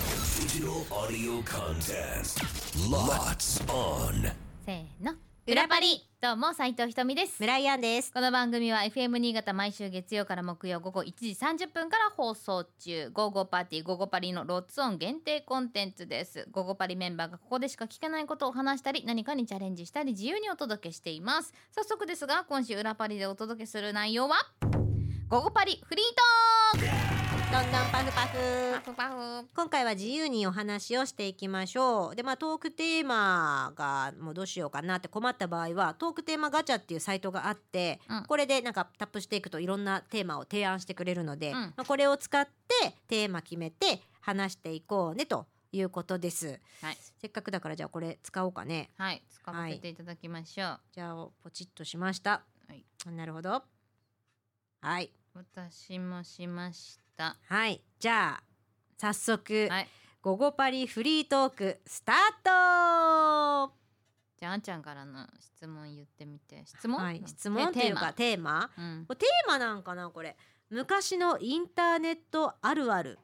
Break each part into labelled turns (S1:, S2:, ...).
S1: Digital audio contest. Lots on.
S2: せーの裏パリどうも斉藤ひとみです
S3: ムライアンです。
S2: この番組は FM 新潟毎週月曜から木曜午後1時30分から放送中午後パーティー午後パリのロッツオン限定コンテンツです午後パリメンバーがここでしか聞けないことを話したり何かにチャレンジしたり自由にお届けしています早速ですが今週裏パリでお届けする内容は午後パリフリー
S3: どんどんパフパフ。
S2: トークパフ
S3: 今回は自由にお話をしていきましょう。で、まあトークテーマがもうどうしようかなって困った場合は、トークテーマガチャっていうサイトがあって、
S2: うん
S3: これでなんかタップしていくといろんなテーマを提案してくれるので、
S2: うん
S3: まあこれを使ってテーマ決めて話していこうねということです。
S2: はい
S3: せっかくだからじゃあこれ使おうかね。
S2: はい使わせていただきましょう、
S3: じゃあポチッとしました。
S2: はい
S3: なるほど。はい。
S2: 私もしました
S3: はい。じゃあ、早速、
S2: はい
S3: 午後パリフリートークスタート
S2: じゃああんちゃんからの質問言ってみて質問、
S3: はい
S2: ん、
S3: 質問っていうか
S2: テ
S3: テーマ
S2: ーマうん
S3: これテーマなんかなこれ昔のインターネットあるある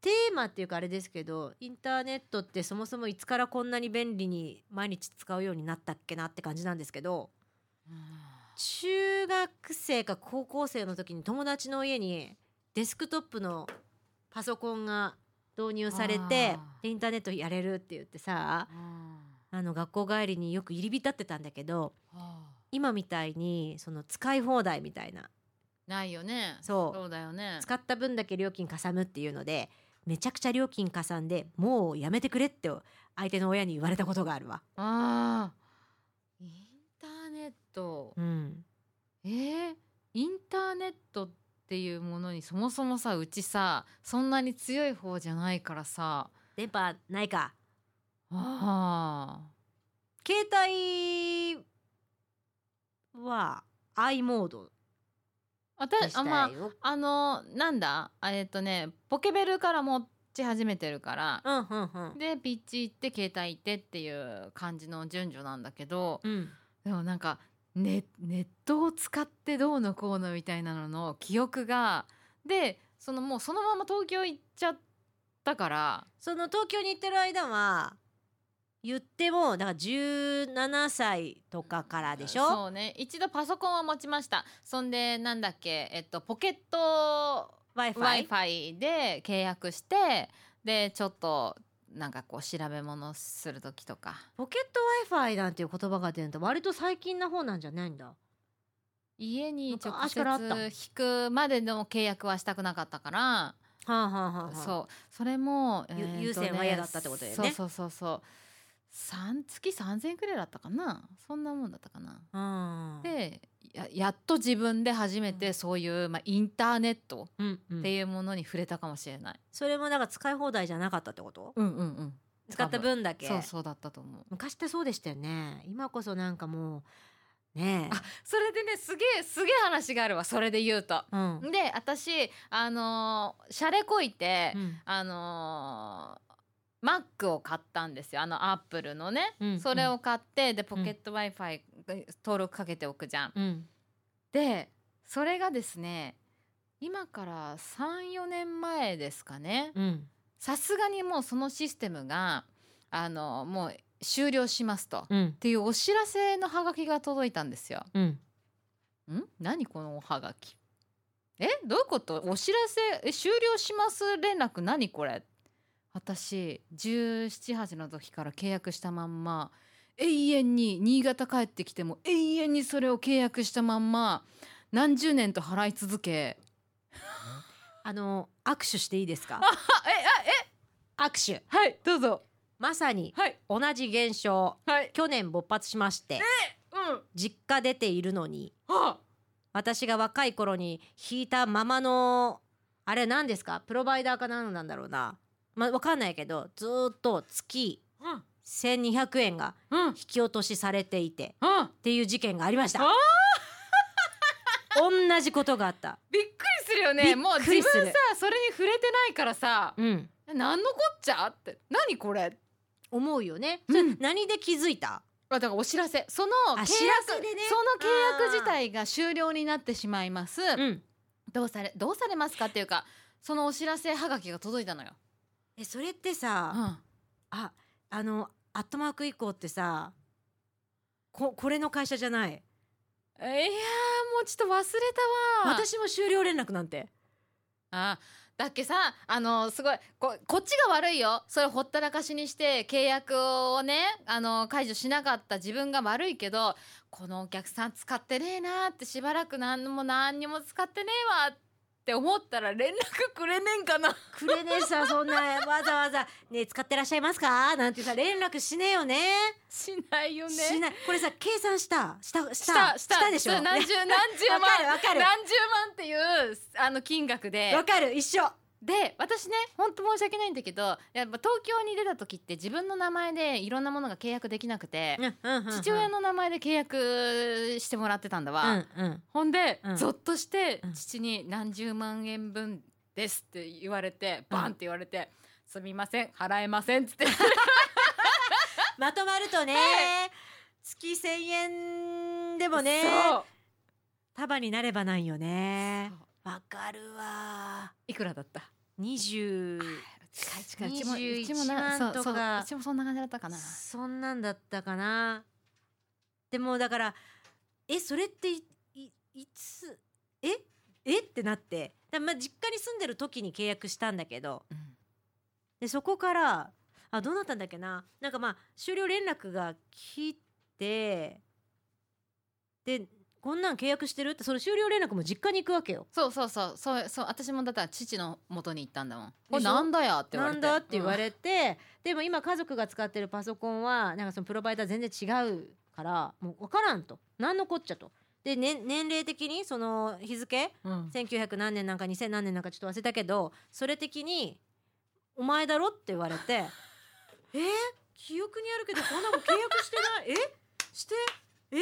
S3: テーマっていうかあれですけどインターネットってそもそもいつからこんなに便利に毎日使うようになったっけなって感じなんですけど中学生か高校生の時に友達の家にデスクトップのパソコンが導入されて
S2: あー
S3: でインターネットやれるって言ってさあの学校帰りによく入り浸ってたんだけど今みたいにその使い放題みたいな
S2: ないよね
S3: そう
S2: だよね
S3: 使った分だけ料金かさむっていうのでめちゃくちゃ料金かさんでもうやめてくれって相手の親に言われたことがあるわ。
S2: あーインターネット
S3: うん、
S2: えー、インターネットっていうものにそもそもさうちさそんなに強い方じゃないからさ
S3: 電波ないか
S2: あ
S3: 携帯は i モード
S2: ーあた
S3: にした
S2: あ
S3: いよ。
S2: まああのなんだあえっとねポケベルから持ち始めてるから
S3: うんうんうん。
S2: でピッチ行って携帯行ってっていう感じの順序なんだけど
S3: うん、
S2: でもなんかネネットを使ってどうのこうのみたいなのの記憶がでそのもうそのまま東京行っちゃったから
S3: その東京に行ってる間は言ってもだから17歳とかからでしょ
S2: そうね一度パソコンは持ちましたそんでなんだっけえっとポケット
S3: w i f
S2: w i
S3: i
S2: f i で契約してでちょっとなんかこう調べ物する時とか
S3: ポケット w i f i なんていう言葉が出ると割と最近の方なんじゃないんだ
S2: 家に直
S3: 昔
S2: 接
S3: からあった
S2: 引くまでの契約はしたくなかったから
S3: はあはあはあはあ
S2: そうそれも、
S3: ゆ
S2: ーと
S3: 有線は嫌だったってことだよ
S2: そ
S3: ね
S2: うそうそうそう三月3,000円くらいだったかなそんなもんだったかな。
S3: うん
S2: でややっと自分で初め
S3: う
S2: てそういう、まあ、インターネット
S3: うんうん
S2: っていうものに触れたかもしれない。
S3: それもなんか使い放題じゃなかったってこと
S2: うんうんうん。
S3: 使った分だけ
S2: そうそうだったと思う。
S3: 昔ってそうでしたよね今こそなんかもうね
S2: それでねすげえすげえ話があるわそれで言うと。
S3: えうん
S2: で私あのー、シャレこいて、
S3: うん
S2: あのー、マックを買ったんですよあのアップルのね、
S3: うん
S2: それを買ってでポケット w i f i 登録かけておくじゃん。
S3: うん
S2: でそれがですね今から34年前ですかね
S3: うん
S2: さすがにもうそのシステムがあのもう終了しますと。っ
S3: うん
S2: ていうお知らせのハガキが届いたんですよ。
S3: うん
S2: ん何このおはがきえどういうことお知らせえ終了します連絡何これ私1718の時から契約したまんま永遠に新潟帰ってきても永遠にそれを契約したまんま何十年と払い続け
S3: あの握手していいですか
S2: あえあえ
S3: 握手
S2: はいどうぞ
S3: まさに
S2: はい
S3: 同じ現象
S2: はい
S3: 去年勃発しまして
S2: うん
S3: 実家出ているのに
S2: あ
S3: 私が若い頃に引いたままのあれ何ですかプロバイダーか何なんだろうなまあ分かんないけどずーっと月
S2: うん
S3: 1200円が
S2: うんうん
S3: 引き落としされていてっていう事件がありました
S2: あー
S3: 同じことがあった
S2: びっくりするよ
S3: び
S2: ね
S3: っくり
S2: もう自分
S3: する
S2: さそれに触れてないからさ
S3: うん
S2: 何のこっちゃって何これ
S3: 思うよね、
S2: うん
S3: それ何で気づいた
S2: あだからお知らせその契約
S3: 知らせでね
S2: その契約自体が終了になってしまいます、
S3: うん
S2: どうされどうされますかっていうかそのお知らせはがきが届いたのよ
S3: えそれってさ、
S2: うん
S3: ああのアットマーク以降ってさここれの会社じゃない
S2: いやーもうちょっと忘れたわ
S3: 私も終了連絡なんて
S2: あだっけさあのすごいここっちが悪いよそれほったらかしにして契約をねあの解除しなかった自分が悪いけどこのお客さん使ってねえなってしばらく何も何にも使ってねえわって思ったら連絡くれねえんかな
S3: くれねえさそんなわざわざ「ねえ使ってらっしゃいますか?」なんてさ連絡しねえよね
S2: しないよね
S3: しないこれさ計算したしたし
S2: したた
S3: し
S2: したた
S3: でしょ
S2: そう何十何十
S3: わ
S2: 万
S3: かるわかる
S2: 何十万っていうあの金額で
S3: わかる一緒
S2: で私ね本当申し訳ないんだけどやっぱ東京に出た時って自分の名前でいろんなものが契約できなくて、父親の名前で契約してもらってたんだわ、
S3: はうんうん
S2: ほんで、
S3: うん
S2: ゾッとして、
S3: うん
S2: 父に何十万円分ですって言われてバンって言われて、すみません払えませんっつって
S3: まとまるとね
S2: は
S3: 月1,000円でもね
S2: そう
S3: 束になればなんよね
S2: そう
S3: わかるわ
S2: いくらだった
S3: 20
S2: 近い
S3: い
S2: 近いうちも
S3: 21
S2: なそう
S3: 万と
S2: そう
S3: か
S2: うちもそんな感じだったかな
S3: そんなんだったかなでもだからえそれっていいいつええってなってだまあ実家に住んでる時に契約したんだけど
S2: うん
S3: でそこからあどうなったんだっけななんかまあ終了連絡が来てでこんなん契約してるってその終了連絡も実家に行くわけよ。
S2: そうそうそうそうそう私もだったら父の元に行ったんだもんこ
S3: で
S2: れ
S3: しょ
S2: なんだよって言われ
S3: な
S2: て
S3: んだって言われて、でも今家族が使ってるパソコンはなんかそのプロバイダー全然違うからもう分からんと何のこっちゃと。で、ね、年齢的にその日付
S2: うんうん
S3: 1900何年なんか2000何年なんかちょっと忘れたけどそれ的に「お前だろ?」って言われて 「えー記憶にあるけどこんなの契約してないえしてえ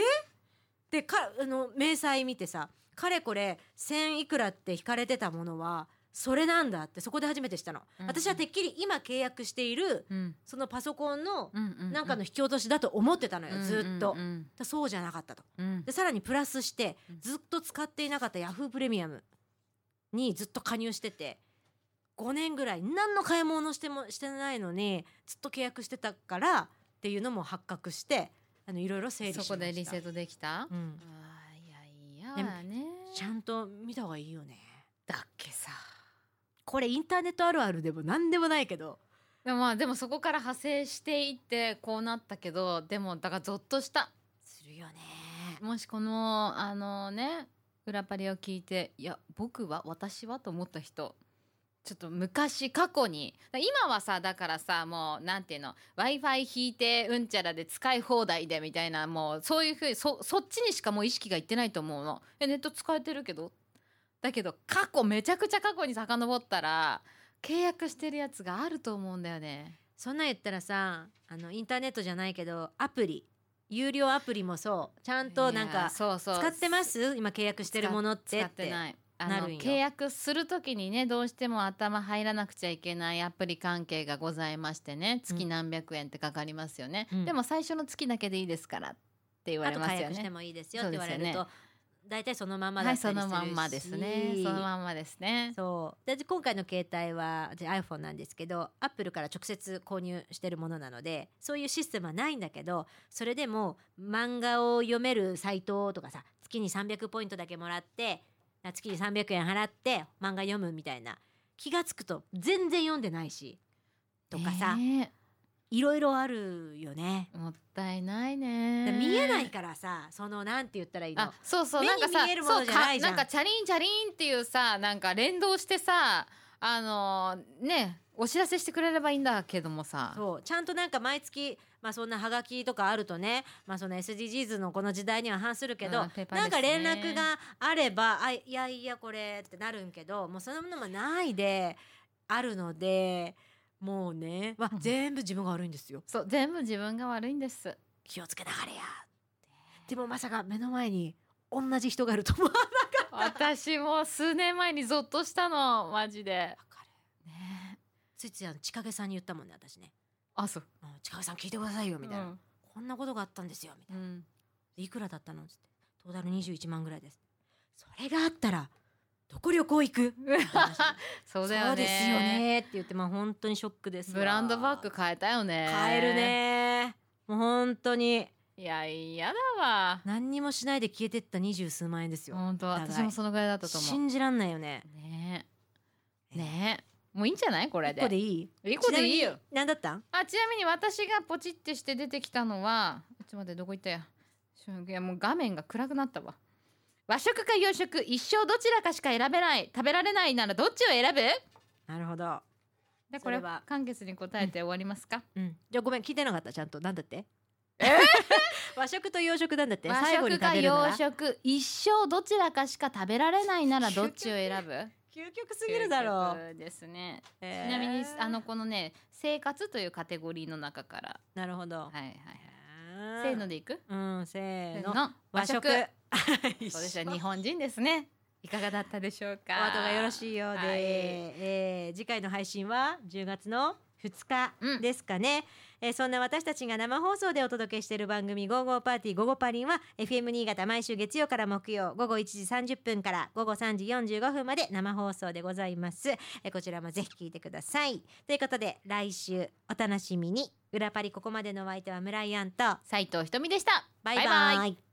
S3: でかあの明細見てさかれこれ1,000いくらって引かれてたものはそれなんだってそこで初めてしたの、
S2: うんうん
S3: 私はてっきり今契約している
S2: うん
S3: そのパソコンの
S2: うんう
S3: なんかの引き落としだと思ってたのよ、ずっと、
S2: う
S3: だか
S2: ん
S3: らそうじゃなかったと
S2: うんうん
S3: でさらにプラスして
S2: うん
S3: ずっと使っていなかったヤフープレミアムにずっと加入してて5年ぐらい何の買い物してもしてないのにずっと契約してたからっていうのも発覚してあのいろいろ整理しま
S2: そ
S3: した
S2: こでリセットできた、
S3: うん、
S2: あーいやいやわね
S3: ちゃんと見た方がいいよね
S2: だっけさ
S3: これインターネットあるあるでも何でもないけど
S2: でもまあでもそこから派生していってこうなったけどでもだからゾッとした
S3: するよね
S2: もしこのあのね裏パリを聞いていや僕は私はと思った人ちょっと昔過去に今はさだからさもうなんていうの w i f i 引いてうんちゃらで使い放題でみたいなもうそういうふうにそそっちにしかもう意識がいってないと思うのえネット使えてるけどだけど過去めちゃくちゃ過去に遡ったら契約してるやつがあると思うんだよね
S3: そんなん言ったらさあのインターネットじゃないけどアプリ有料アプリもそうちゃんとなん
S2: いや
S3: か
S2: そうそう
S3: 使ってます今契約してるものって
S2: 使
S3: っ
S2: って
S3: て
S2: ないあ
S3: な
S2: の
S3: るんよ
S2: 契約するときにねどうしても頭入らなくちゃいけないアプリ関係がございましてね月何百円ってかかりますよね、
S3: うん
S2: でも最初の月だけでいいですからって言わ
S3: あ
S2: れ
S3: と
S2: ま
S3: 解
S2: すよ
S3: 約して
S2: ね
S3: もいいですよって言われ
S2: そう
S3: る
S2: です
S3: と
S2: よ
S3: 大体そのまんまだ
S2: は
S3: った
S2: い
S3: りする
S2: その
S3: し、
S2: まんまですねそのまんまですね
S3: そうで今回の携帯はじゃあ iPhone なんですけど Apple から直接購入してるものなのでそういうシステムはないんだけどそれでも漫画を読めるサイトとかさ月に300ポイントだけもらってあ月に300円払って漫画読むみたいな気がつくと全然読んでないしとかさ、
S2: ね
S3: いろいろあるよね。
S2: えもったいない
S3: で
S2: ね
S3: 見えないからさそのなんて言ったらいいの
S2: あそうそう
S3: 目
S2: なん
S3: に
S2: かさ
S3: 見えるものじゃないじゃ
S2: そ
S3: ん
S2: うかなんかチャリンチャリンっていうさなんか連動してさあのーねお知らせしてくれればいいんだけどもさ
S3: そうちゃんとなんか毎月、まあ、そんなハガキとかあるとね、まあ、その SDGs のこの時代には反するけど、
S2: うんペーパー
S3: なん
S2: レスね
S3: か連絡があれば「あいやいやこれ」ってなるんけどもうそんなものもないであるのでもうね、わ
S2: うん
S3: 全部自分が悪いんですよ
S2: そう全部自分が悪いんです
S3: 気をつけながらやでもまさか目の前に同じ人がいると思わなかった。
S2: 私も数年前にゾッとしたのマジで、
S3: わかる
S2: ね、
S3: ついついあの千景さんに言ったもんね私ね
S2: あそう
S3: 「うん千景さん聞いてくださいよ」みたいな、
S2: うん
S3: こんなことがあったんですよ」みたいな。
S2: うん
S3: いくらだったの?」っつって「トータル21万ぐらいです」それがあったらどこ旅行行 く
S2: そうだよね
S3: そうですよねって言ってまあ本当にショックですわ
S2: ブランドバッグ変えたよね
S3: 買えるねもう本当に
S2: いや嫌だわ
S3: 何にもしないで消えてった二十数万円ですよ
S2: 本当
S3: お互い
S2: 私もそのぐらいだったと思
S3: 信じらんないよね
S2: うねえねえもういいんじゃないこれで
S3: 一個でいい
S2: いい子でいいよ
S3: 何だったん
S2: あちなみに私がポチってして出てきたのはちょっと待ってどこ行ったやいやもう画面が暗くなったわ和食か洋食一生どちらかしか選べない食べられないならどっちを選ぶ
S3: なるほど
S2: で
S3: そ
S2: こ
S3: れ
S2: れ
S3: は
S2: は簡潔に答えて終わりますか、
S3: うんじゃあごめん聞いてなかったちゃんとなんだってえ 和食と洋食なんだって
S2: 和
S3: 最後に
S2: 食
S3: 食
S2: か
S3: べるな
S2: 洋
S3: ら
S2: 食一生どちらかしか食べられないならどっちを選ぶ
S3: 究極すぎるだろう
S2: 究極ですね
S3: ち
S2: ちなみにあのこのね生活というカテゴリーの中から
S3: なるほど
S2: はいはいはい
S3: あー
S2: せーのでいく
S3: うんせーの
S2: の
S3: 和食
S2: そうですね日本人ですねいかがだったでしょう
S3: お
S2: か
S3: 後がよろしいようで、
S2: はい
S3: えー次回の配信は10月の2
S2: う
S3: 日
S2: ん
S3: ですかね、えーそんな私たちが生放送でお届けしている番組「午後パーティー午後パリン」は FM 新潟毎週月曜から木曜午後1時30分から午後3時45分まで生放送でございます、えーこちらもぜひ聞いてくださいということで来週お楽しみに裏パリここまでのお相手は村井アンと
S2: 斉藤ひとみでした
S3: バイバイ
S2: バイバ
S3: イ